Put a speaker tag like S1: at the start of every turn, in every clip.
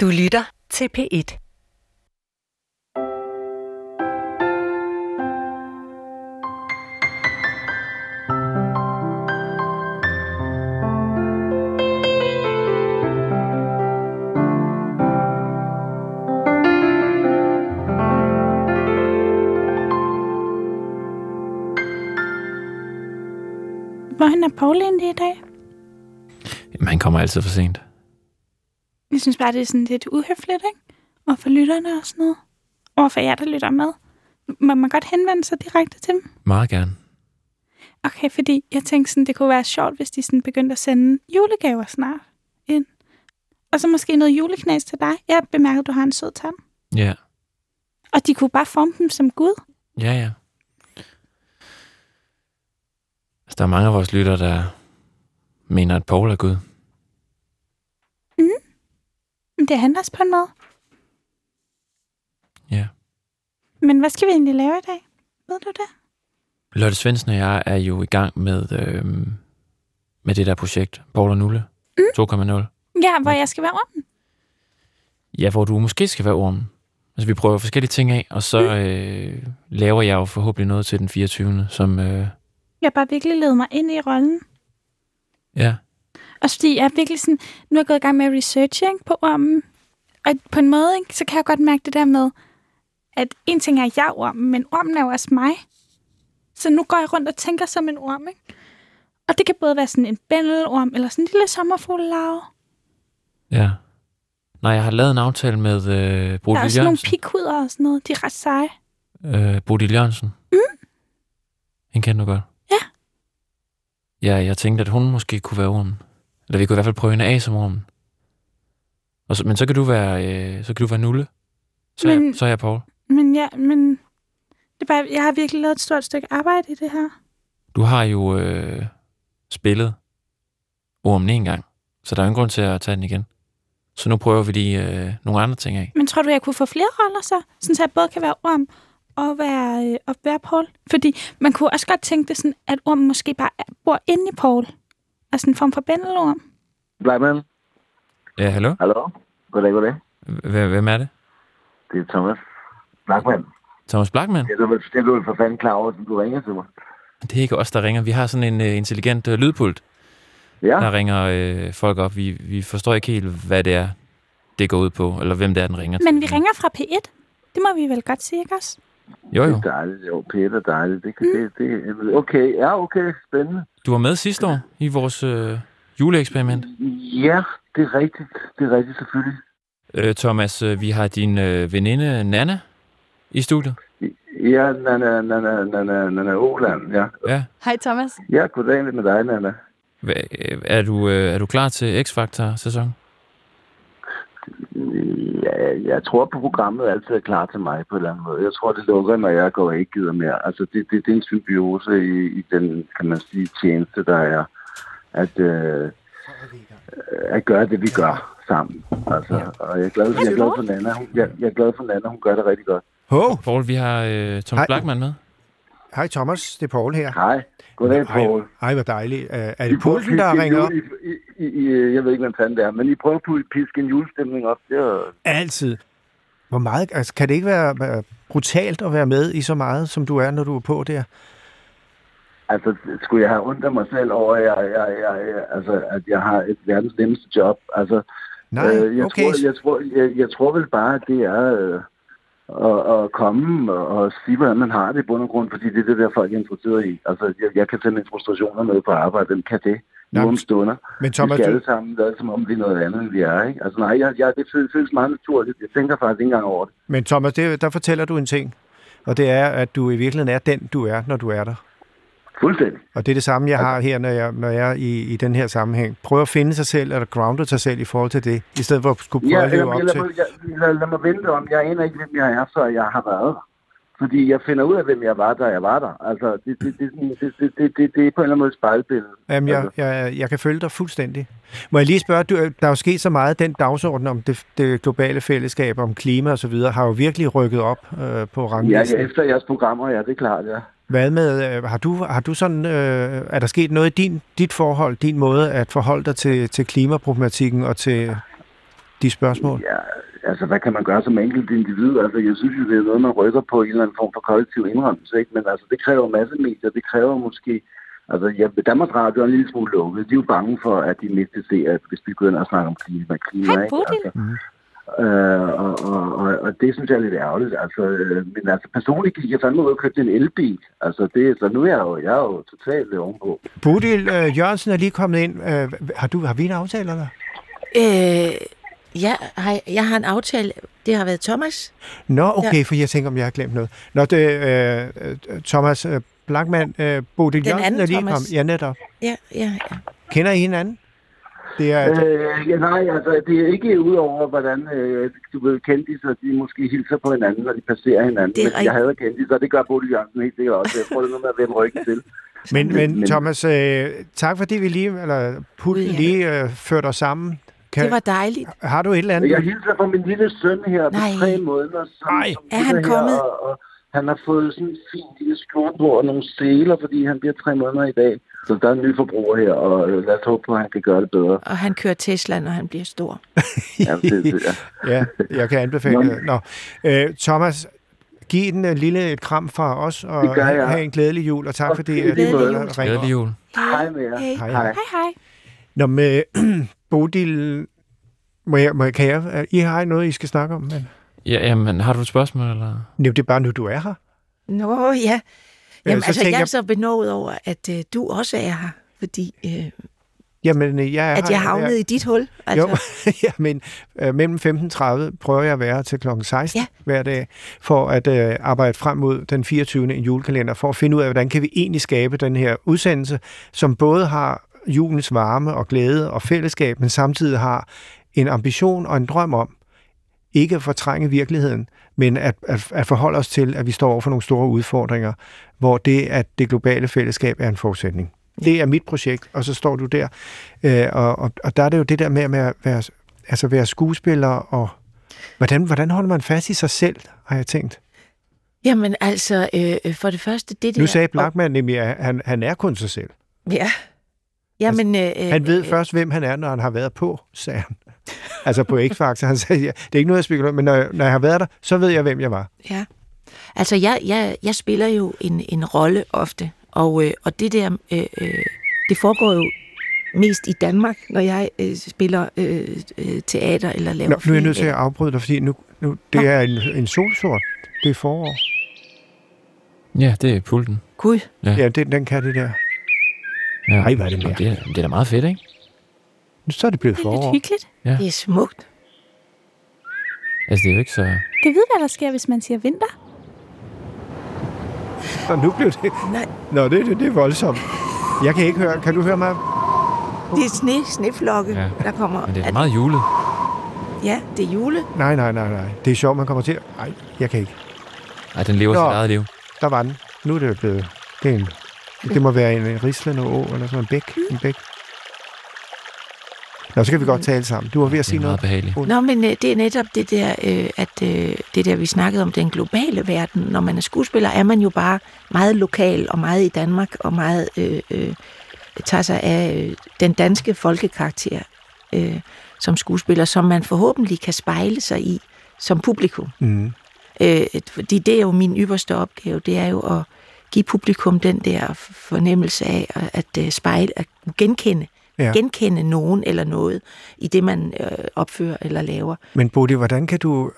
S1: Du lytter til P1.
S2: Hvorhen er Paul egentlig i dag?
S3: Jamen, han kommer altid for sent.
S2: Jeg synes bare, det er sådan lidt uhøfligt, ikke? Og for lytterne og sådan noget. Og for jer, der lytter med. Må man godt henvende sig direkte til dem?
S3: Meget gerne.
S2: Okay, fordi jeg tænkte sådan, det kunne være sjovt, hvis de sådan begyndte at sende julegaver snart ind. Og så måske noget juleknas til dig. Jeg bemærker, at du har en sød tand.
S3: Ja,
S2: Og de kunne bare forme dem som Gud.
S3: ja, ja. Altså, der er mange af vores lytter, der mener, at Paul er Gud.
S2: Men det handler også på en måde.
S3: Ja.
S2: Men hvad skal vi egentlig lave i dag? Ved du det?
S3: Lotte Svendsen og jeg er jo i gang med, øh, med det der projekt, Paul og Nulle mm. 2.0.
S2: Ja, hvor jeg skal være om.
S3: Ja, hvor du måske skal være ormen. Altså, vi prøver forskellige ting af, og
S2: Mm.
S3: så øh, laver jeg jo forhåbentlig noget til den 24. Som, øh,
S2: Jeg har bare virkelig ledet mig ind i rollen.
S3: ja,
S2: Også fordi jeg er virkelig sådan, nu er jeg gået i gang med researching på ormen. Og på en måde, ikke, så kan jeg godt mærke det der med, at en ting er jeg ormen, men ormen er jo også mig. Så nu går jeg rundt og tænker som en orm, ikke? Og det kan både være sådan en bændelorm, eller sådan en lille sommerfuglelarve.
S3: ja. Nej, jeg har lavet en aftale med øh,
S2: Der er
S3: Bodil
S2: også nogle
S3: Jørgensen.
S2: pikhuder og sådan noget. De er ret seje.
S3: Øh, Bodil Jørgensen. Mm. Hende kender du godt.
S2: Ja.
S3: Ja, jeg tænkte, at hun måske kunne være ormen. Eller vi kunne i hvert fald prøve hende af som ormen. Og så, men så kan du være, øh, så kan du være Nulle. Så, men... er,
S2: Men-
S3: jeg, så er jeg Paul.
S2: Men ja, men det er bare, jeg har virkelig lavet et stort stykke arbejde i det her.
S3: Du har jo øh, spillet ormen en gang, så der er jo ingen grund til at tage den igen. Så nu prøver vi lige øh, nogle andre ting af.
S2: Men tror du, jeg kunne få flere roller så? Sådan så jeg både kan være orm og være, øh, og være Paul? Fordi man kunne også godt tænke det sådan, at orm måske bare er- bor inde i Paul. Altså en form for bændelorm.
S4: Blackman,
S3: Ja, hallo?
S4: hallo? Goddag, goddag.
S3: H- hvem er det?
S4: Det er Thomas. Blackman,
S3: Thomas Blackman?
S4: det er du vel, det er du vel for fanden klar over, som du ringer til mig.
S3: Det er ikke os, der ringer. Vi har sådan en øh, intelligent øh, lydpult.
S2: Ah.
S4: Ja,
S3: der ringer øh, folk op. Vi, vi forstår ikke helt, hvad det er, det går ud på, eller hvem det er, den ringer
S2: Men vi
S3: til.
S2: ringer fra P1. Det må vi vel godt sige, ikke også?
S3: Jo,
S4: det
S3: jo.
S4: er dejligt. Jo, Peter er dejligt. Det, kan, det, det, okay, ja, okay, spændende.
S3: Du var med sidste år i vores øh, juleeksperiment.
S4: Ja, det er rigtigt. Det er rigtigt, selvfølgelig.
S3: Øh, Thomas, øh, vi har din øh, veninde Nana i studiet.
S4: Ja, Nana, Nana, Nana, Nana Åland, ja.
S3: Ja.
S5: Hej Thomas.
S4: Ja, goddag med dig, Nana.
S3: Hva, øh, er, du, øh, er du klar til X-Factor-sæson?
S4: Ja, jeg tror, at programmet altid er klar til mig på en eller anden måde. Jeg tror, det lukker, når jeg går og ikke gider mere. Altså, det, det, det er en symbiose i, i den, kan man sige, tjeneste, der er at, øh, at gøre det, vi gør sammen. Altså, og jeg er glad, jeg er glad for Nana. Hun, jeg, jeg er glad for Nana. Hun gør det rigtig godt.
S6: Hov,
S3: Paul, vi har øh, Thomas
S6: Hej.
S3: Blackman med.
S6: hej Thomas, det er Paul her.
S4: Hej. Goddag, Poul.
S6: Hej, hvor dejligt. Er er
S4: I
S6: det Poulsen, der
S4: piske en
S6: ringer op?
S4: jule- I, I, I, jeg ved ikke, hvem fanden det er, men I prøver på at piske en julestemning op. Det er,
S6: Altid. Hvor meget, altså, kan det ikke være være brutalt at være med i så meget, som du er, når du er på der?
S4: Altså, skulle jeg have ondt af mig selv over, at jeg, jeg, jeg, jeg, altså, at jeg har et verdens nemmeste job? Altså,
S6: Nej,
S4: jeg,
S6: okay.
S4: tror, jeg, tror, jeg, jeg tror vel bare, at det er øh, at, at komme og, og sige, hvordan man har det i bund og grund, fordi det er det, der folk er interesseret i. Altså, jeg, jeg kan tage mine frustrationer med på arbejde. Hvem kan det? Nu
S6: Jamen,
S4: om stunder.
S6: Men
S4: Thomas,
S6: Thomas,
S4: vi skal
S6: du,
S4: alle sammen lade, som om vi er noget andet, end vi er. Ikke? Altså, nej, jeg, jeg, det føles- føles meget naturligt. Jeg tænker faktisk ikke engang over det.
S6: men Thomas det, der fortæller du en ting, og det er, at du i virkeligheden er den, du er, når du er der.
S4: Fuldstændig.
S6: Og det er det samme, jeg har her, når jeg, når jeg er i, i den her sammenhæng. Prøv at finde sig selv, eller grounde sig selv i forhold til det, i stedet for at skulle prøve
S4: Ja,
S6: at
S4: jeg,
S6: leve op
S4: jeg, lad,
S6: til.
S4: mig, jeg, lad, lad mig vente om. Jeg aner ikke, hvem jeg er, før jeg har været der. Fordi jeg finder ud af, hvem jeg var, da jeg var der. Altså, det, det, det, det, det, det, det, det, det er på en eller anden måde et spejlbillede.
S6: Jamen, jeg,
S4: Altså,
S6: jeg, jeg kan følge dig fuldstændig. Må jeg lige spørge, du, øh, der er jo sket så meget, den dagsorden om det, det globale fællesskab, om klima osv., har jo virkelig rykket op øh, på
S4: ja,
S6: ranglisten.
S4: ja, efter jeres programmer, ja, det er klart, ja.
S6: Hvad med, øh, har du, har du sådan, øh, er der sket noget i din, dit forhold, din måde at forholde dig til, til klimaproblematikken og til, de spørgsmål?
S4: Ja, altså hvad kan man gøre som enkelt individ? Altså jeg synes jo, det er noget, man rykker på en eller anden form for kollektiv indrømmelse, ikke? Men altså det kræver masse medier, det kræver måske... Altså, ja, Danmarks Radio er en lille smule lukket. De er jo bange for, at de næste ser, at hvis vi begynder at snakke om klima, klima,
S2: Hej,
S4: ikke?
S2: Bodil.
S4: Altså,
S6: Mm.
S4: øh, og, og, og, og, det synes jeg er lidt ærgerligt. Altså, øh, men altså, personligt gik jeg fandme ud og købte en elbil. Altså, det, så nu er jeg jo, jeg er jo totalt ovenpå.
S6: Bodil øh, Jørgensen er lige kommet ind. Øh, har, du, har vi en aftale, eller?
S1: Øh, jeg, har, jeg har en aftale. Det har været Thomas.
S6: Nå, okay, ja. for jeg tænker, om jeg har glemt noget. Nå, det, øh, øh, Thomas øh, Blankmann, øh, Bodil
S1: Den
S6: Jørgensen
S1: anden
S6: er lige
S1: Thomas.
S6: kommet. Ja, netop.
S1: Ja, ja, ja.
S6: Kender I hinanden? Det er,
S4: Øh, ja, nej, altså, det er ikke udover, hvordan øh, du ved, kendtiser, de måske hilser på hinanden, når de passerer hinanden.
S1: Det er
S4: Men
S1: rigtigt.
S4: jeg hader kendtiser, det gør Bodil Jørgensen helt sikkert også. Jeg tror, det er noget med at vende ryggen til.
S6: Men, men
S4: Men-
S6: Thomas, øh, tak fordi vi lige, eller put,
S1: Gud, ja.
S6: lige øh, førte os sammen. Kan,
S1: Det var dejligt.
S6: Har du et eller andet?
S4: Jeg hilser fra min lille søn her på
S1: Nej.
S4: tre måneder. Som,
S6: Nej.
S4: som
S1: Er han
S4: sidder her,
S1: kommet?
S4: Og, og han har fået sådan en fin lille skjort på og nogle seler, fordi han bliver tre måneder i dag. Så der er en ny forbruger her, og øh, lad os håbe på, at han kan gøre det bedre.
S1: Og han kører Tesla, når han bliver stor.
S4: Ja, det, det, ja.
S6: ja, jeg kan anbefale
S4: Nå.
S6: det. Nå. Øh, Thomas, giv den en lille et kram fra os, og
S4: Det gør jeg.
S6: have en glædelig jul, og tak
S4: Og
S6: fordi
S4: glædelig
S6: at du
S1: jul.
S6: ringer.
S3: Glædelig jul.
S4: Hej med jer.
S1: Hey.
S6: Hej.
S4: Hej.
S2: Hej, hej.
S6: Nå, med Bodil, må jeg, må jeg, kan jeg, I har noget, I skal snakke om, men
S3: Ja, jamen, har du et spørgsmål, eller?
S6: Jamen, det er bare nu, du er her.
S1: Nå, ja. Jamen,
S6: Øh, så
S1: altså,
S6: tænker
S1: jeg er
S6: jeg-
S1: så benået over, at øh, du også er her, fordi øh,
S6: Jamen, øh, jeg er
S1: at
S6: her,
S1: jeg havnede i dit hul.
S6: Jo,
S1: Altså,
S6: ja, men øh, mellem 15.30 prøver jeg at være til kl. 16 ja.
S1: Ja.
S6: hver dag, for at øh, arbejde frem mod den 24. en julekalender, for at finde ud af, hvordan kan vi egentlig skabe den her udsendelse, som både har julens varme og glæde og fællesskab, men samtidig har en ambition og en drøm om, ikke at fortrænge virkeligheden, men at, at, at forholde os til, at vi står over for nogle store udfordringer, hvor det, at det globale fællesskab er en forudsætning. Det er mit projekt, og så står du der. Øh, og, og, og der er det jo det der med, med at være, altså være skuespiller, og hvordan, hvordan holder man fast i sig selv, har jeg tænkt.
S1: jamen, altså, øh, øh, for det første, det der...
S6: Nu sagde Blackman nemlig, at han, han er kun sig selv.
S1: Ja. Jamen, øh,
S6: Han ved
S1: øh,
S6: først, hvem han er, når han har været på, sagde han. Altså på X-Factor. Han sagde, ja, det er ikke noget, jeg spekulerer, men når, jeg- når jeg har været der, så ved jeg, hvem jeg var.
S1: Ja. Altså, jeg, jeg, jeg spiller jo en, en rolle ofte, og, øh, og det der, øh, øh, det foregår jo mest i Danmark, når jeg øh, spiller øh, øh, teater eller laver
S6: Nå, nu er jeg
S1: film
S6: nødt til at afbryde dig, fordi nu, nu det er en, en solsort. Det er forår.
S3: Ja, det er pulten.
S1: eller- Gud,
S6: Ja, det, den kan det der.
S3: Ja.
S6: Ej, hvor er det
S3: Nå, det, er, det er da meget fedt, ikke?
S6: Nu så er det blevet
S2: Det er lidt
S6: forår.
S2: hyggeligt.
S1: det er smukt.
S3: Altså, det er jo ikke så...
S2: Kan vide, hvad der sker, hvis man siger vinter?
S6: Og nu blev det...
S1: Nej,
S6: Nå, det, det, det er voldsomt. Jeg kan ikke høre. Kan du høre mig?
S1: det er sne, sneflokke,
S3: Ja.
S1: ja. der kommer.
S3: Men det er da meget julet.
S1: Ja, det er jule.
S6: Nej, nej, nej, nej. Det er sjovt, man kommer til. Nej, jeg kan ikke.
S3: Ej, den lever
S6: Nå.
S3: sit eget liv.
S6: Der var den. Nu er det jo blevet... Det, er en, det må være en, en rislende å, eller sådan en bæk.
S1: Mm.
S6: En bæk. Nå, så kan vi godt tale sammen. Du var ved at
S3: Det
S6: sige
S3: er meget
S6: noget.
S3: behageligt.
S1: Nå, men øh, det er netop det der, øh, at øh, det der, vi snakkede om, den globale verden. Når man er skuespiller, er man jo bare meget lokal og meget i Danmark, og meget øh, øh, tager sig af øh, den danske folkekarakter øh, som skuespiller, som man forhåbentlig kan spejle sig i som publikum.
S6: Mm.
S1: Øh, fordi det er jo min ypperste opgave, det er jo at give publikum den der fornemmelse af at, at øh, spejle, at genkende,
S6: Ja.
S1: ja. genkende nogen eller noget i det, man øh, opfører eller laver.
S6: Men Bodil, hvordan kan du...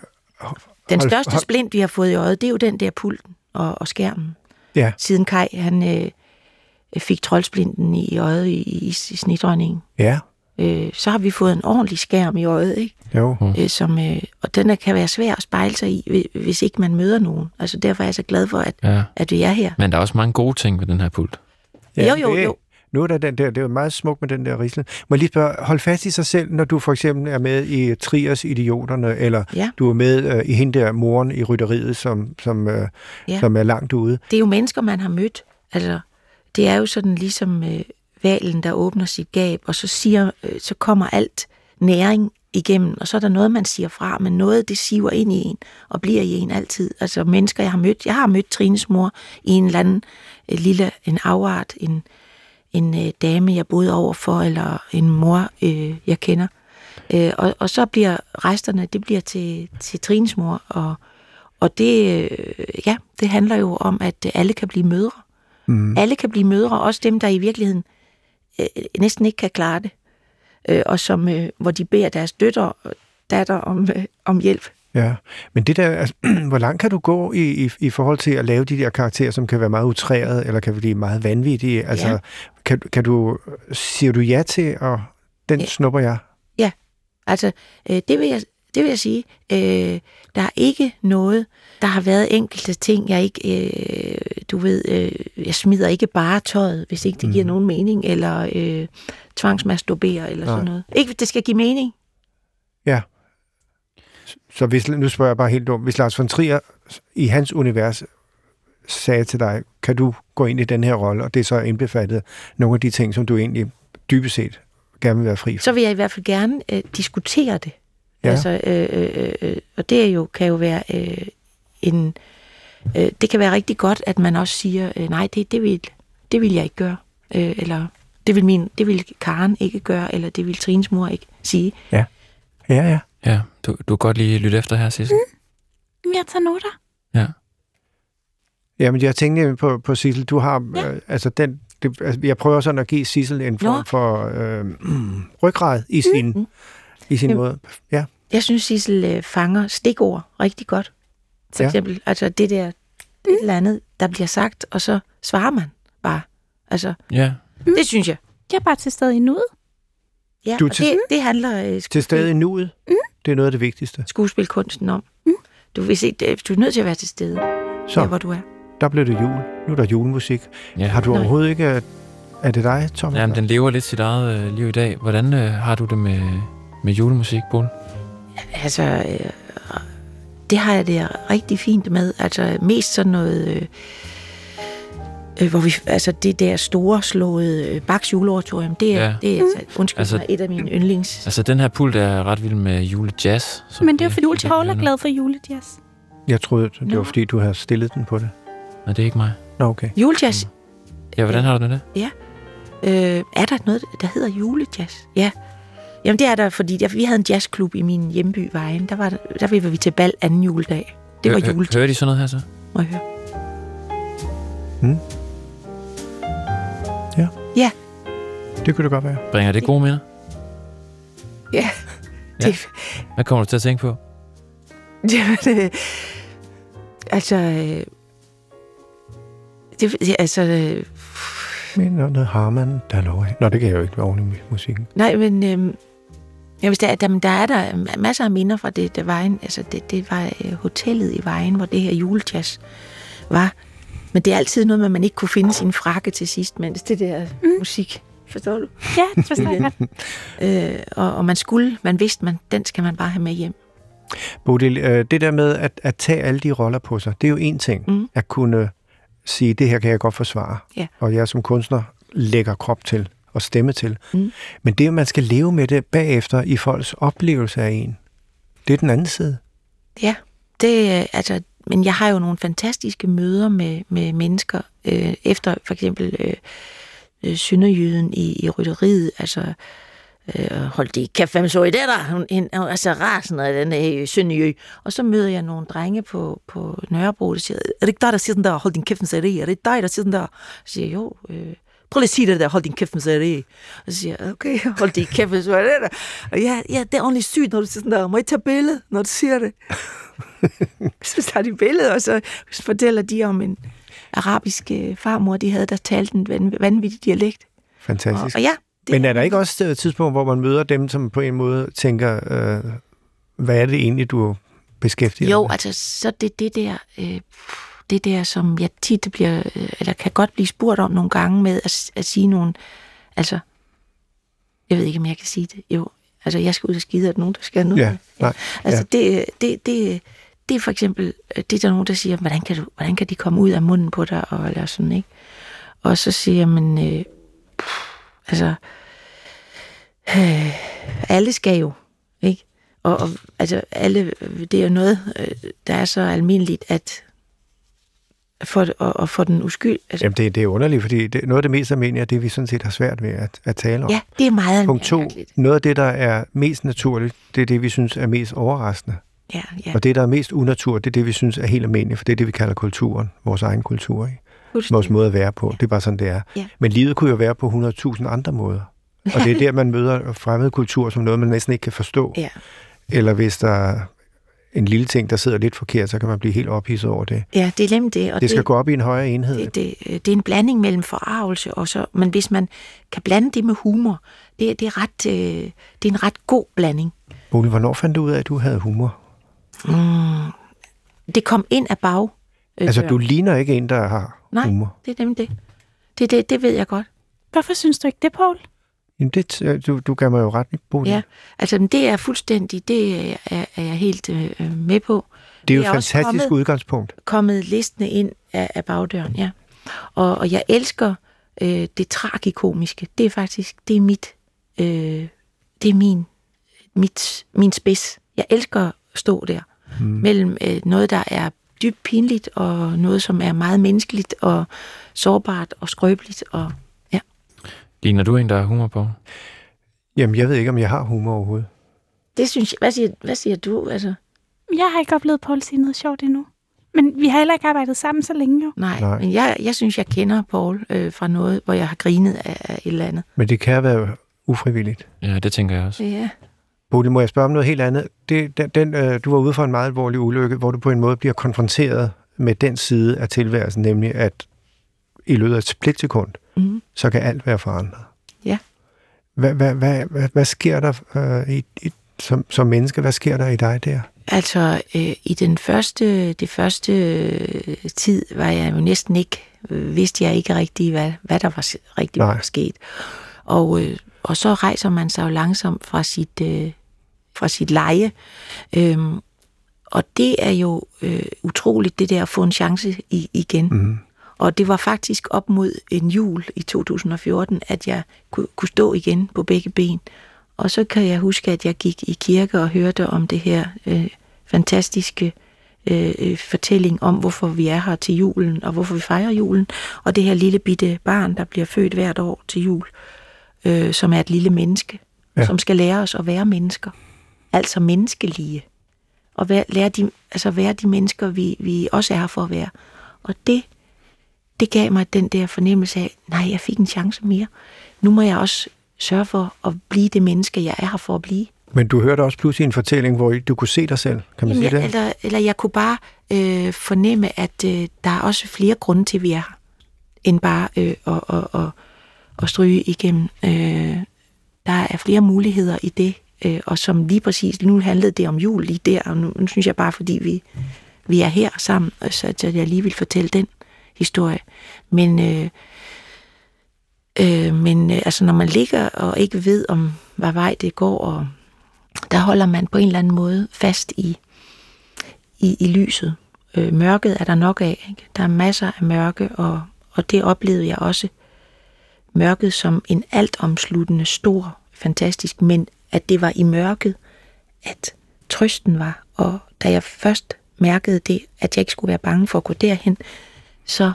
S1: Den
S6: Hold-
S1: største
S6: hold-
S1: splint, vi har fået i øjet, det er jo den der pulten og, og skærmen.
S6: Ja.
S1: Siden Kai, han øh, fik troldsplinten i øjet i, i, i snedronningen.
S6: Ja,
S1: Øh, så har vi fået en ordentlig skærm i øjet, ikke?
S6: jo.
S3: Mm.
S1: Øh, som, øh, og den er- kan være svær at spejle sig i, hvi- hvis ikke man møder nogen. Altså derfor er jeg så glad for, at,
S3: Ja.
S1: at vi er her.
S3: Men der er også mange gode ting ved den her pult.
S6: Ja,
S1: Jo, jo,
S6: det,
S1: jo.
S6: Nu er der den der, det er jo meget smukt med den der risle. Må jeg lige spørge, hold fast i sig selv, når du for eksempel er med i Triers Idioterne, eller
S1: Ja.
S6: du er med øh, i hende der moren i rytteriet, som, som, øh, ja.
S1: Ja.
S6: som er langt ude.
S1: Det er jo mennesker, man har mødt. Altså, det er jo sådan ligesom øh, valen, der åbner sit gab, og så, siger, øh, så kommer alt næring igennem, og så er der noget, man siger fra, men noget, det siver ind i en, og bliver i en altid. Altså mennesker, jeg har mødt. Jeg har mødt Trines mor i en eller anden øh, lille, en afart, en, en øh, dame, jeg boede overfor, eller en mor, øh, jeg kender. Øh, og, og så bliver resterne, det bliver til, til Trines mor, og, og det, øh, ja, det handler jo om, at øh, alle kan blive mødre. Mm. Alle kan blive mødre, også dem, der i virkeligheden øh, næsten ikke kan klare det, øh, og som, øh, hvor de beder deres døtter, datter om, øh, om hjælp.
S6: Ja, men det der, altså, hvor langt kan du gå i, i, i forhold til at lave de der karakterer, som kan være meget utrærede, eller kan blive meget vanvittige? Altså,
S1: Ja.
S6: kan, kan du, siger du ja til, og den
S1: Ja.
S6: snupper jeg?
S1: Altså, øh, det, vil jeg, det vil jeg sige. Øh, der er ikke noget, der har været enkelte ting, jeg ikke, øh, du ved, øh, jeg smider ikke bare tøjet, hvis ikke det giver nogen mening, eller øh, tvangsmasturberer, eller
S6: Nej.
S1: sådan noget. Ikke, hvis det skal give mening.
S6: Ja. Så hvis, nu spørger jeg bare helt dumt. Hvis Lars von Trier i hans univers sagde til dig, kan du gå ind i den her rolle, og det er så indbefattet nogle af de ting, som du egentlig dybest set gerne vil være fri for.
S1: Så vil jeg i hvert fald gerne øh, diskutere det.
S6: Ja.
S1: Altså, øh, øh, øh, og det er jo, kan jo være øh, en... Øh, det kan være rigtig godt, at man også siger, øh, nej, det, det, vil, det vil jeg ikke gøre. Øh, eller det vil, min, det vil Karen ikke gøre, eller det vil Trines mor ikke sige.
S6: Ja, ja.
S3: Ja, du, du kan godt lige lytte efter her, Sisse.
S2: Mm. Jeg tager noter.
S3: Ja.
S6: Jamen, jeg tænkte nemlig på, på Sissel, du har, ja.
S2: Ja.
S6: øh, altså den, det, altså, jeg prøver sådan at give Sissel en form
S1: Nå.
S6: for øh, ryggrad i sin, mm. i sin
S1: Jamen.
S6: måde. Ja,
S1: Jeg synes, Sissel øh, fanger stikord rigtig godt. For
S6: Ja.
S1: ja. eksempel, altså det der, det eller andet, der bliver sagt, og så svarer man bare. Altså,
S3: Ja.
S1: det synes jeg.
S2: Jeg er bare til stede i nuet.
S1: Ja,
S6: Du er
S1: og
S6: til-
S1: det, det handler øh,
S6: til stede i nuet, mm. det er noget af det vigtigste.
S1: skuespilkunsten om. Du, vil se, det- du er nødt til at være til stede,
S6: Så,
S1: der hvor du er.
S6: der blev det jul. Nu er der julemusik.
S3: ja.
S6: Har du
S1: Nej.
S6: overhovedet ikke... øh, Er det dig, Thomas?
S3: Jamen, den lever lidt sit eget øh, liv i dag. Hvordan øh, har du det med, med julemusik, Bol?
S1: Altså, øh, det har jeg det rigtig fint med. Altså, mest sådan noget... Øh, øh, hvor vi, altså det der store slåede øh, Bachs juleoratorium, det er,
S3: Ja.
S1: ja. det er altså, undskyld altså,
S3: Altså-
S1: mig, et af mine yndlings...
S3: Altså, den her pult er ret vild med julejazz. som
S2: Men det er jo fordi,
S3: vi
S2: Paul er
S3: kender.
S2: glad for julejazz.
S6: Jeg troede, det var
S1: Nå.
S6: fordi, du havde stillet den på det.
S3: Nej, det er ikke mig.
S6: Nå, okay.
S1: Julejazz.
S3: Ja, hvordan har du det med det?
S1: Øh, er der noget, der hedder julejazz? Ja. Jamen det er der, fordi jeg, vi havde en jazzklub i min hjemby Vejen. Der var, der- der var vi til bal anden juledag. Det var
S3: Hø- hø-
S1: julejazz,
S3: Hører de sådan noget her så?
S1: må jeg høre.
S6: Hmm. Ja.
S1: Ja,
S6: Det kunne det godt være.
S3: Bringer det gode minder?
S1: ja.
S3: Ja.
S1: Det,
S3: Hvad kommer du til at tænke på?
S1: Jamen, øh, altså... Øh, det, det- altså, øh,
S6: Men noget har man, der er lov af. Nå, det kan jeg jo ikke være oven i mu- musikken.
S1: nej, men... Øh, ja, hvis der, er- der, men der er der ma- masser af minder fra det, det vejen, altså det, det var øh, hotellet i vejen, hvor det her julejazz var. Men det er altid noget med, at man ikke kunne finde sin frakke til sidst, mens det der mm. musik, forstår du?
S2: Ja, det forstår jeg godt.
S1: Øh, og, og man skulle, man vidste, man, den skal man bare have med hjem.
S6: Bodil, øh, det der med at, at tage alle de roller på sig, det er jo en ting. Mm. At kunne sige, det her kan jeg godt forsvare.
S1: Ja.
S6: Og jeg som kunstner lægger krop til og stemme til. Mm. Men det, at man skal leve med det bagefter i folks oplevelse af en, det er den anden side.
S1: Ja, det øh, altså, men jeg har jo nogle fantastiske møder med, med mennesker, øh, efter for eksempel øh, øh, Sønderjyden i, i rytteriet, altså øh, holdt i kæft, hvem så i det der? Hun, hende, hun er så rasende af den her Sønderjy. Og så møder jeg nogle drenge på, på Nørrebro, der siger, er det ikke dig, der siger den der, hold din kæft med sætteri? Er det ikke dig, der siger den der? Så siger jeg, jo, øh, prøv lige at sige det der, hold din kæft med sætteri. Og så siger jeg, okay, hold din kæft med sætteri. Og ja, ja, det er ordentligt sygt, når du siger sådan der, må jeg tage billede, når du siger det? så tager de billeder, og så fortæller de om en arabisk øh, farmor, de havde, der talte en van- vanvittig dialekt. Og,
S6: Fantastisk.
S1: og ja,
S6: Det... Men er der ikke også et tidspunkt, hvor man møder dem, som på en måde tænker, øh, hvad er det egentlig, du beskæftiger
S1: jo,
S6: dig med?
S1: altså, så det det der, øh, det der, som jeg tit bliver, øh, eller kan godt blive spurgt om nogle gange med at, s- at sige nogle, altså, jeg ved ikke, om jeg kan sige det, jo, altså, jeg skal ud og skide, er der nogen, der skal nu?
S6: Ja, nej.
S1: Altså, ja. det, det, det, det er for eksempel, øh, det er der nogen, der siger, hvordan kan, du, hvordan kan de komme ud af munden på dig, og, eller sådan, ikke? Og så siger jeg, men, øh, pff, altså, øh, alle skal jo, ikke? Og, og altså, alle, øh, det er jo noget, øh, der er så almindeligt, at for, og, og for den uskyld. Altså,
S6: Jamen, det, det er underligt, fordi det, noget af det mest almindelige er det, vi sådan set har svært ved at, at tale om.
S1: ja, det er meget
S6: Punkt to,
S1: mærkeligt.
S6: noget af det, der er mest naturligt, det er det, vi synes er mest overraskende.
S1: Ja, ja.
S6: Og det, der er mest unaturligt, det er det, vi synes er helt almindeligt, for det er det, vi kalder kulturen, vores egen kultur, ikke? vores måde at være på. Det er bare sådan, det er.
S1: Ja.
S6: Men livet kunne jo være på 100.000 andre måder. Og det er der, man møder fremmede kultur som noget, man næsten ikke kan forstå.
S1: Ja,
S6: Eller hvis der er en lille ting, der sidder lidt forkert, så kan man blive helt ophidset over det.
S1: ja, det er nemt det. Og
S6: Det skal gå op i en højere enhed.
S1: det, det, øh, det er en blanding mellem forarvelse og så, men hvis man kan blande det med humor, det, det, er, ret, øh, det er en ret god blanding.
S6: Ole, hvornår fandt du ud af, at du havde humor?
S1: Det kom ind af bag. øh,
S6: Altså,
S1: døren.
S6: du ligner ikke en, der har
S1: Nej,
S6: humor.
S1: det er nemlig det. Det, det. det ved jeg godt.
S2: Hvorfor synes du ikke det, Paul?
S6: Jamen, det, øh, du, du gav mig jo ret på det.
S1: Ja, altså men det er fuldstændig, det er, er, er jeg helt øh, øh, med på.
S6: det er jo
S1: det
S6: et
S1: er også
S6: fantastisk
S1: kommet-
S6: udgangspunkt.
S1: Kommet listene ind af, af bagdøren, ja. Og, og jeg elsker øh, det tragikomiske. Det er faktisk, det er mit, øh, det er min, mit, min spids. Jeg elsker at stå der mm. mellem øh, noget, der er dybt pinligt, og noget, som er meget menneskeligt og sårbart og skrøbeligt. Og, ja.
S3: Ligner du en, der har humor på?
S6: Jamen, jeg ved ikke, om jeg har humor overhovedet.
S1: Det synes jeg, hvad siger, hvad siger du? Altså,
S2: Jeg har ikke oplevet Paul sige noget sjovt endnu. Men vi har heller ikke arbejdet sammen så længe jo.
S1: Nej,
S6: Nej.
S1: Nej. men jeg, jeg synes, jeg kender Paul øh, fra noget, hvor jeg har grinet af, af et eller andet.
S6: Men det kan være ufrivilligt.
S3: Ja, det tænker jeg også.
S1: Ja.
S6: Bodil, må jeg spørge om noget helt andet? Det, den, den, øh, du var ude for en meget alvorlig ulykke, hvor du på en måde bliver konfronteret med den side af tilværelsen, nemlig at i løbet af et splitsekund,
S1: Mhm.
S6: så kan alt være forandret.
S1: Ja.
S6: Hvad, hvad, hvad, hvad, hvad sker der øh, i, i, som, som menneske? Hvad sker der i dig der?
S1: Altså, øh, i den første, det første øh, tid var jeg jo næsten ikke, øh, vidste jeg ikke rigtig, hvad, hvad der var s- rigtig
S6: Nej.
S1: var sket. Og, øh, og så rejser man sig jo langsomt fra sit, øh, fra sit leje. Øhm, og det er jo øh, utroligt, det der at få en chance i, igen.
S6: Mm.
S1: Og det var faktisk op mod en jul i 2014, at jeg ku- kunne stå igen på begge ben. Og så kan jeg huske, at jeg gik i kirke og hørte om det her øh, fantastiske øh, øh, fortælling om, hvorfor vi er her til julen, og hvorfor vi fejrer julen. Og det her lille bitte barn, der bliver født hvert år til jul, øh, som er et lille menneske,
S6: Ja.
S1: ja. som skal lære os at være mennesker. Altså menneskelige og være, lære de, altså være de mennesker, vi, vi også er her for at være. Og det, det gav mig den der fornemmelse af, nej, jeg fik en chance mere. Nu må jeg også sørge for at blive det menneske, jeg er her for at blive.
S6: Men du hørte også pludselig en fortælling, hvor du kunne se dig selv. Kan man
S1: Jamen,
S6: sige
S1: jeg,
S6: det?
S1: eller, eller jeg kunne bare øh, fornemme, at øh, der er også flere grunde til, at vi er her, end bare øh, at, at, at, at stryge igennem. Øh, der er flere muligheder i det, øh, og som lige præcis, nu handlede det om jul lige der, og nu, nu synes jeg bare, fordi vi, vi er her sammen, og så at jeg lige vil fortælle den historie. Men, øh, øh, men øh, altså, når man ligger og ikke ved, om hvad vej det går, og der holder man på en eller anden måde fast i, i, i lyset. Øh, mørket er der nok af. Ikke? Der er masser af mørke, og, og det oplevede jeg også. Mørket som en altomsluttende, stor, fantastisk, men at det var i mørket, at trøsten var. Og da jeg først mærkede det, at jeg ikke skulle være bange for at gå derhen, så,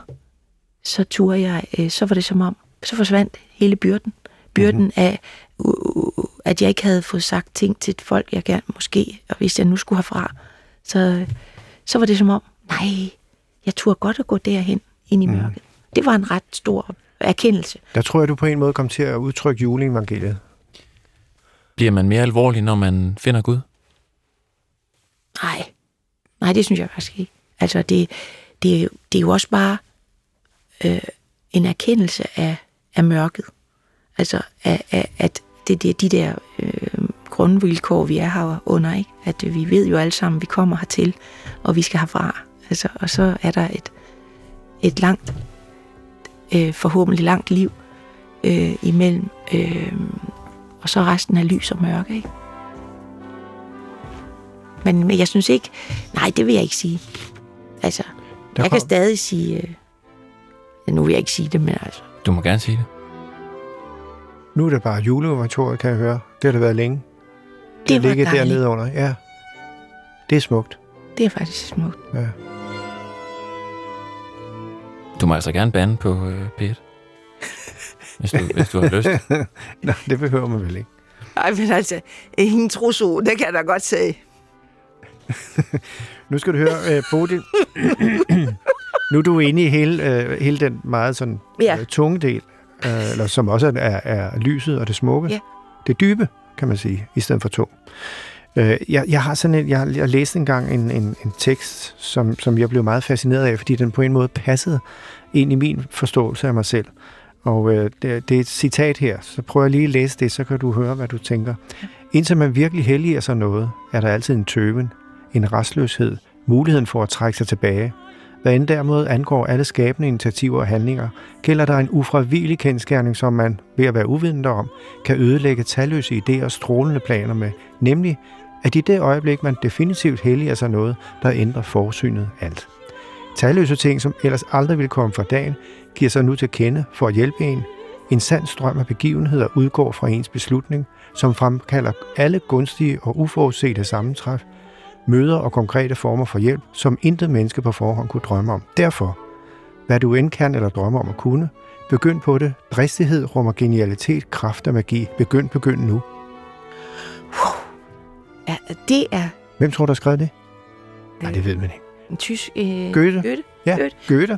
S1: så turde jeg, øh, så var det som om, så forsvandt hele byrden. Byrden mm-hmm. af, u- u- at jeg ikke havde fået sagt ting til folk, jeg gerne måske, og hvis jeg nu skulle herfra, så, så var det som om, nej, jeg turde godt at gå derhen, ind i mørket. Mm. Det var en ret stor erkendelse.
S6: Der tror jeg, du på en måde kom til at udtrykke juleevangeliet.
S3: Bliver man mere alvorlig, når man finder Gud?
S1: Nej, nej, det synes jeg faktisk ikke. Altså, det, det, det er jo også bare øh, en erkendelse af, af mørket. Altså, af, af, at det, det er de der øh, grundvilkår, vi er her under, ikke? At øh, vi ved jo alle sammen, vi kommer hertil, og vi skal herfra. Altså, og så er der et, et langt, øh, forhåbentlig langt liv øh, imellem, øh, og så resten af lys og mørke, ikke? Men, men jeg synes ikke... Nej, det vil jeg ikke sige. Altså, jeg
S6: Der kom-
S1: kan stadig sige... Øh, ja, nu vil jeg ikke sige det, men altså...
S3: Du må gerne sige det.
S6: Nu er det bare juleoratoriet, kan jeg høre. Det har det været længe.
S1: Det, det var
S6: ligge
S1: dejligt.
S6: dernede under. Ja. Det er smukt.
S1: Det er faktisk smukt.
S6: Ja.
S3: Du må altså gerne bande på øh, P1. Hvis du, hvis du har lyst.
S6: Nej, det behøver man vel ikke.
S1: Nej, men altså, ingen trusso, det kan jeg da godt sige.
S6: Nu skal du høre, øh, Bodil. nu er du inde i hele, øh, hele den meget sådan,
S1: Ja.
S6: øh, tunge del, øh, eller, som også er, er lyset og det smukke.
S1: Ja.
S6: Det dybe, kan man sige, i stedet for tung. Øh, jeg, jeg har sådan en, jeg, jeg læste engang en, en, en tekst, som, som jeg blev meget fascineret af, fordi den på en måde passede ind i min forståelse af mig selv. Og øh, det, det er et citat her, så prøv at lige at læse det, så kan du høre, hvad du tænker. Indtil man virkelig helliger sig noget, er der altid en tøven, en restløshed, muligheden for at trække sig tilbage. Hvad end derimod angår alle skabende initiativer og handlinger, gælder der en ufravigelig kendskærning, som man, ved at være uvidende om, kan ødelægge talløse idéer og strålende planer med, nemlig at i det øjeblik, man definitivt helliger sig noget, der ændrer forsynet alt. Talløse ting, som ellers aldrig ville komme for dagen, giver sig nu til kende for at hjælpe en. En sand strøm af begivenheder udgår fra ens beslutning, som fremkalder alle gunstige og uforudsete sammentræf, møder og konkrete former for hjælp, som intet menneske på forhånd kunne drømme om. Derfor, hvad du end kan eller drømmer om at kunne, begynd på det. Dristighed rummer genialitet, kraft og magi. Begynd, begynd nu.
S1: Ja, det er
S6: Hvem tror, der skrev det? Nej, det ved man ikke.
S1: en tysk... Øh,
S6: Goethe.
S1: Goethe.
S6: Ja,
S1: Goethe.
S6: Goethe.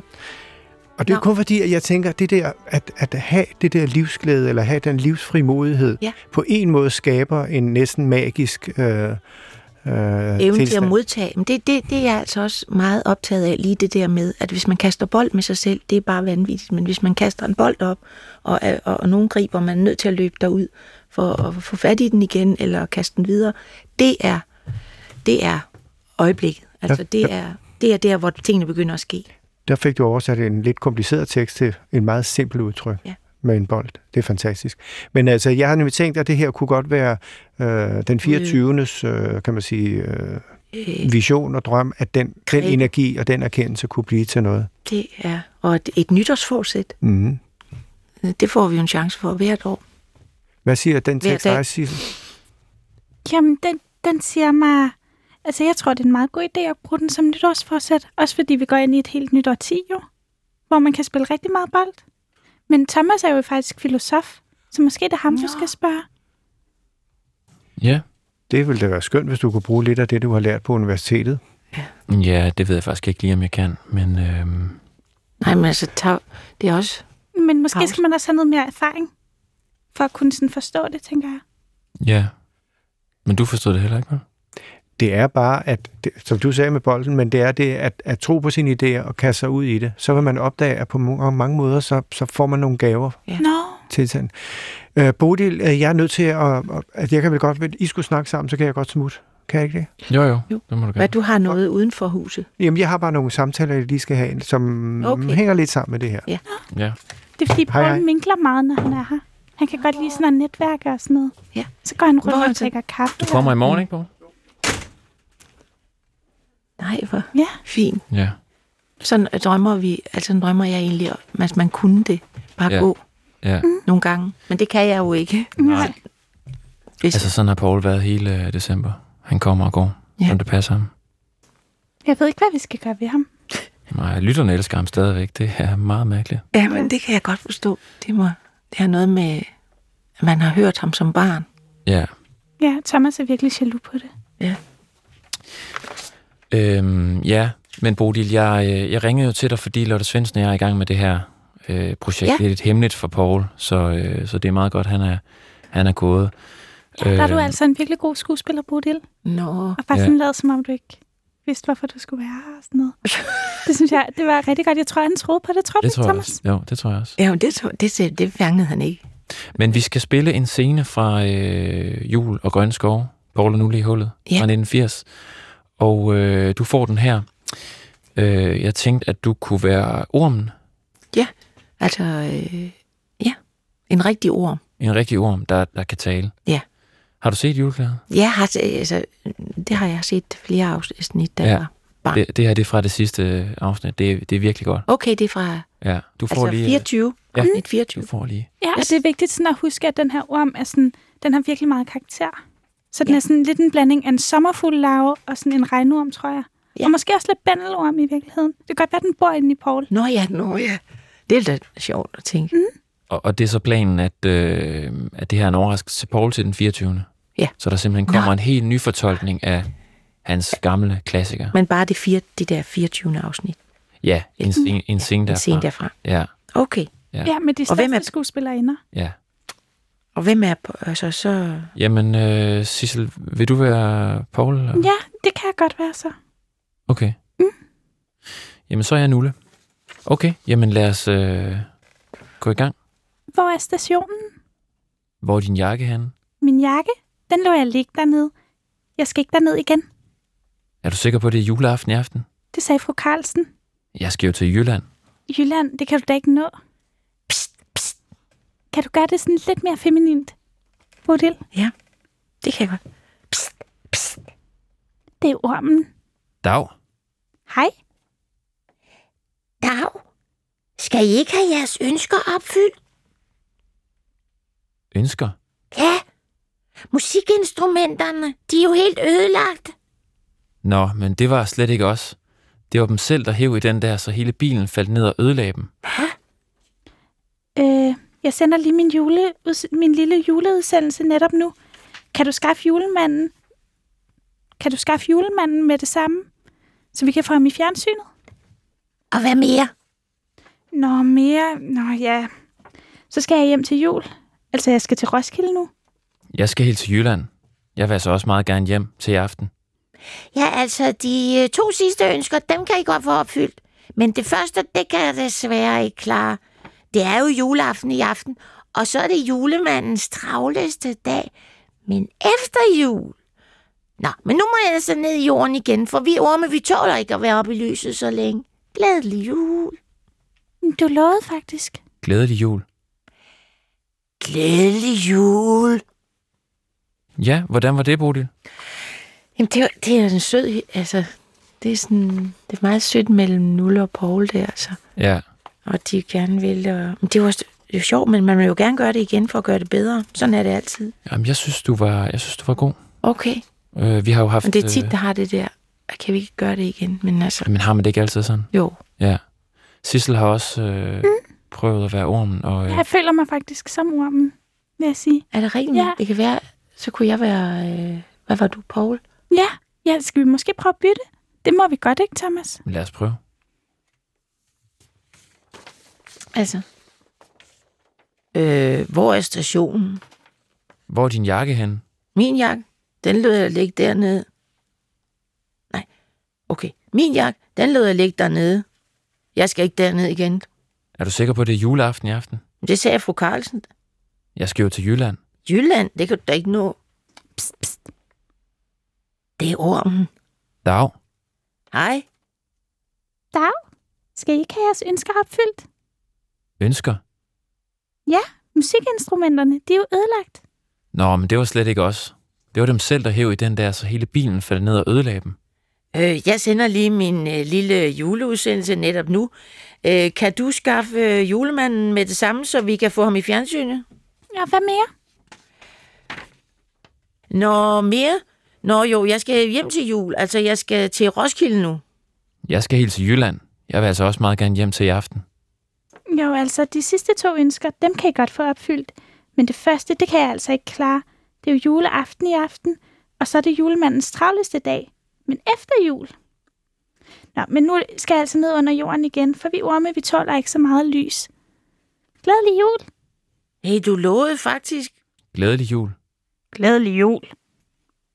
S6: Og det er
S1: Nå.
S6: kun fordi, at jeg tænker, at det der, at, at have det der livsglæde, eller have den livsfrimodighed,
S1: Ja.
S6: på en måde skaber en næsten magisk øh, øh,
S1: evnen til
S6: tilstand.
S1: at modtage. Men det, det, det er jeg altså også meget optaget af, lige det der med, at hvis man kaster bold med sig selv, det er bare vanvittigt, men hvis man kaster en bold op, og, er- og, og nogen griber, man er nødt til at løbe derud for at få fat i den igen, eller kaste den videre, det er, det er øjeblikket. Altså
S6: Ja,
S1: det er, det er der, hvor tingene begynder at ske.
S6: Der fik du oversat en lidt kompliceret tekst til en meget simpel udtryk
S1: Ja.
S6: med en bold. Det er fantastisk. Men altså, jeg har nemlig tænkt, at det her kunne godt være øh, den 24.
S1: Mm.
S6: Øh, kan man sige, øh,
S1: Øh,
S6: vision og drøm, at den, den
S1: Ikke.
S6: energi og den erkendelse kunne blive til noget.
S1: det er, og et, et nytårsforsæt,
S6: Mm.
S1: øh, det får vi jo en chance for hvert år.
S6: Hvad siger den
S1: Hver
S6: tekst
S1: dag.
S6: dig, Sissel?
S2: Jamen, den, den siger mig... Altså, jeg tror, det er en meget god idé at bruge den som nytårsforsæt. Også fordi vi går ind i et helt nyt årti, jo. Hvor man kan spille rigtig meget bold. Men Thomas er jo faktisk filosof. Så måske det er ham,
S1: Nå.
S2: du skal spørge.
S3: Ja.
S6: Det ville da være skønt, hvis du kunne bruge lidt af det, du har lært på universitetet.
S3: Ja, det ved jeg faktisk ikke lige, om jeg kan. Men øhm,
S1: Nej, men altså, tag, det er også...
S2: Men måske
S1: Pause.
S2: skal man også have noget mere erfaring. For at kunne sådan forstå det, tænker jeg.
S3: ja. Men du forstod det heller ikke, vel?
S6: Det er bare, at, det, som du sagde med bolden, men det er det at, at tro på sine idéer og kaste sig ud i det. Så vil man opdage, at på mo- mange måder, så, så får man nogle gaver
S1: Ja.
S2: Nå,
S6: tilstand. Øh, Bodil, øh, jeg er nødt til at, at... Jeg kan vel godt... I skulle snakke sammen, så kan jeg godt smutte. Kan jeg ikke det?
S3: Jo, jo.
S1: Jo.
S3: jo. Det må du gerne.
S1: Hvad, du har noget uden for huset?
S6: Jamen, jeg har bare nogle samtaler, jeg lige skal have, som okay.
S1: Okay.
S6: hænger lidt sammen med det her.
S3: Ja.
S2: det er fordi
S6: Hej, hej.
S2: Paul minkler meget, når han er her. Han kan godt lide sådan at netværke og sådan noget.
S1: Ja.
S2: Så går han
S1: Hvor er
S2: rundt og
S1: det?
S2: drikker kaffe.
S3: Du kommer i morgen, ikke, Borg?
S1: Nej, hvor
S2: Ja,
S1: fint.
S3: Ja.
S1: sådan drømmer vi, altså sådan drømmer jeg egentlig, om, at man kunne det, bare
S3: Ja.
S1: ja. gå
S3: Ja.
S1: nogle gange. Men det kan jeg jo ikke.
S3: Nej.
S1: Hvis,
S3: Altså,
S1: altså,
S3: sådan har Paul været hele øh, december. Han kommer og går,
S1: Ja.
S3: ja. som det passer ham.
S2: jeg ved ikke, hvad vi skal gøre ved ham.
S3: Nej, lytterne elsker ham stadigvæk. Det er meget mærkeligt.
S1: ja, men det kan jeg godt forstå. Det, må, det har noget med, at man har hørt ham som barn.
S3: Ja.
S2: Ja, Thomas er virkelig jaloux på det.
S3: Øhm, ja, men Bodil, jeg, øh, jeg ringede jo til dig, fordi Lotte Svendsen og jeg er i gang med det her øh, projekt.
S1: Ja.
S3: Ja. Det er lidt hemmeligt for Paul, så, øh, så det er meget godt, han er, han er gået.
S2: Ja, der er du
S3: Øhm.
S2: altså en virkelig god skuespiller, Bodil.
S1: Nå,
S2: Og bare
S3: Ja.
S2: sådan lavet, som om du ikke vidste, hvorfor du skulle være her og sådan noget. Det synes jeg, det var rigtig godt. Jeg tror, han troede på det. Tror du,
S3: Det tror jeg
S2: Thomas?
S3: også. Jo, det tror jeg også.
S1: ja, men det, tror- det, det, det fangede han ikke.
S3: Men vi skal spille en scene fra øh, Jul og Grønne Skove, Paul og Nulle i hullet,
S1: Ja.
S3: ja. fra 1980. Og øh, du får den her. Øh, jeg tænkte, at du kunne være ormen.
S1: Altså, øh, ja, en rigtig ord.
S3: En rigtig orm, der, der kan tale.
S1: Ja.
S3: Har du set juleklæder?
S1: Jeg har, se- altså, det har jeg set flere afsnit, der
S3: Ja.
S1: ja. barn.
S3: Det, det her det er fra det sidste øh, afsnit. Det, er- det er virkelig godt.
S1: Okay, det er fra
S3: Ja. Du får
S1: altså,
S3: lige... øh,
S1: 24,
S3: ja.
S1: afsnit 24.
S3: Du får lige...
S2: Ja, og
S1: Yes.
S2: det er vigtigt sådan at huske, at den her orm er sådan, den har virkelig meget karakter. Så den
S1: Ja.
S2: er sådan lidt en blanding af en sommerfugl larve og sådan en regnorm, tror jeg. Ja. Og måske også lidt bandelorm i virkeligheden. Det kan godt være, den bor inde i Paul.
S1: Nå ja, nå ja. Det er da sjovt at tænke. Mm.
S3: Og, og det er så planen, at, øh, at det her er en overraskelse til Paul til den 24.
S1: Ja.
S3: Så der simpelthen kommer Nå. en helt ny fortolkning af hans gamle klassiker.
S1: Men bare det, fire, det der 24. afsnit.
S3: Ja, en, en, en scene
S1: En
S3: derfra.
S1: scene derfra.
S3: Ja,
S1: Okay.
S3: Ja.
S2: Ja, ja med de
S1: Og hvem
S2: største
S1: er-
S2: er... skuespillerinder.
S3: ja.
S1: Og hvem er... på- Altså, så...
S3: Jamen, øh, Sissel, vil du være Paul? eller?
S2: Ja, det kan jeg godt være så.
S3: Okay.
S2: Mm.
S3: Jamen, så er jeg Nulle. Okay, jamen lad os øh, gå i gang.
S2: Hvor er stationen?
S3: Hvor er din jakke henne?
S2: Min jakke? Den lå jeg ligge dernede. Jeg skal ikke derned igen.
S3: Er du sikker på, at det er juleaften i aften?
S2: Det sagde fru Carlsen.
S3: Jeg skal jo til Jylland.
S2: Jylland, det kan du da ikke nå. Psst, psst. Kan du gøre det sådan lidt mere feminint? Bodil,
S1: Ja, det kan jeg godt.
S2: det er ormen.
S3: Dag.
S2: Hej.
S5: Dag, skal I ikke have jeres ønsker opfyldt?
S3: Ønsker.
S5: Ja, musikinstrumenterne, de er jo helt ødelagt.
S3: Nå, men det var slet ikke os. Det var dem selv, der hæv i den der, så hele bilen faldt ned og ødelagde dem.
S2: Øh, jeg sender lige min, jule, min lille juleudsendelse netop nu. Kan du skaffe julemanden? Kan du skaffe julemanden med det samme? Så vi kan få ham i fjernsynet?
S5: Og hvad mere?
S2: Nå, mere... Nå, ja. Så skal jeg hjem til jul. Altså, jeg skal til Roskilde nu.
S3: Jeg skal helt til Jylland. Jeg vil altså også meget gerne hjem til i aften.
S5: Ja, altså, de øh, to sidste ønsker, dem kan I godt få opfyldt. Men det første, det kan jeg desværre ikke klare. Det er jo juleaften i aften, og så er det julemandens travleste dag. Men efter jul... Nå, men nu må jeg altså ned i jorden igen, for vi orme, vi tåler ikke at være oppe i lyset så længe. Glædelig jul.
S2: Du lovede faktisk.
S3: Glædelig jul.
S5: Glædelig jul.
S3: Ja, hvordan var det, Bodil?
S1: Jamen, det er, det er en sød... Altså, det er sådan... Det er meget sødt mellem Nulle og Paul der, altså.
S3: Ja,
S1: Og de gerne vil... Og, men det er jo også det er jo sjovt, men man vil jo gerne gøre det igen for at gøre det bedre. Sådan er det altid.
S3: Jamen, jeg synes, du var, jeg synes, du var god.
S1: Okay,
S3: Øh, vi har jo haft...
S1: men det er tit,
S3: øh,
S1: der har det der. "Ah, Kan vi ikke gøre det igen? Men altså,
S3: Men har man det ikke altid sådan?
S1: jo. Mm.
S3: Ja. Sissel har også øh, prøvet at være ormen, og øh,
S2: Jeg føler mig faktisk som ormen, vil jeg sige.
S1: Er det rigtigt?
S2: Ja.
S1: Det kan være... Så kunne jeg være... Øh, hvad var du, Paul?
S2: Ja, ja, skal vi måske prøve at bytte? Det må vi godt, ikke, Thomas?
S3: lad os prøve.
S1: Altså... Øh, hvor er stationen?
S3: Hvor er din jakke henne?
S1: Min jakke, den lød jeg ligge dernede. Nej, okay. Min jakke, den lød jeg ligge dernede. Jeg skal ikke derned igen.
S3: Er du sikker på, at det er juleaften i aften?
S1: Men Det sagde fru Carlsen.
S3: Jeg skal jo til Jylland.
S1: Jylland, det kan du da ikke nå.
S2: Psst, psst.
S1: Det er ormen.
S3: Dag.
S1: Hej.
S2: Dag, skal I ikke have jeres ønsker opfyldt?
S3: Ønsker.
S2: Musikinstrumenterne, de er jo ødelagt.
S3: Nå, men det var slet ikke os. Det var dem selv, der hæv i den der, så hele bilen faldt ned og ødelagde dem.
S1: Øh, jeg sender lige min øh, lille juleudsendelse netop nu. Øh, kan du skaffe øh, julemanden med det samme, så vi kan få ham i fjernsynet?
S2: Og hvad mere?
S1: Nå, mere? Nå jo, jeg skal hjem til jul. Altså, jeg skal til Roskilde nu.
S3: Jeg skal helt til Jylland. Jeg vil altså også meget gerne hjem til i aften.
S2: Jo, altså, de sidste to ønsker, dem kan I godt få opfyldt. Men det første, det kan jeg altså ikke klare. Det er jo juleaften i aften, og så er det julemandens travleste dag. Men efter jul. Nå, men nu skal jeg altså ned under jorden igen, for vi orme, vi tåler ikke så meget lys. Glædelig jul!
S1: Hey, du lovede faktisk.
S3: Glædelig jul.
S2: Glædelig jul!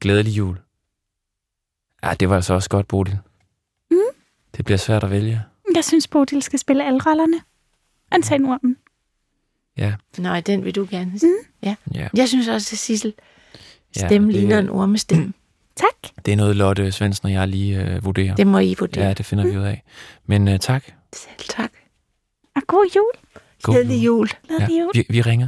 S3: Glædelig jul. Ja, det var altså også godt, Bodil.
S2: Mm.
S3: Det bliver svært at vælge.
S2: Jeg synes, Bodil skal spille alle rollerne. Undtagen ormen.
S1: Nej, den vil du gerne. Ja.
S3: Ja.
S1: Jeg synes også, at Sissel
S3: Ja,
S1: stemme
S3: det-
S1: ligner en ormestemme.
S2: Tak.
S3: Det er noget, Lotte Svendsen og jeg lige øh, vurderer.
S1: Det Mm. må I vurdere.
S3: Ja, det finder vi ud af. Men øh, tak.
S1: Selv tak.
S2: Og god jul.
S3: God
S1: Glædelig jul.
S2: Glædelig jul.
S3: Vi, vi ringer.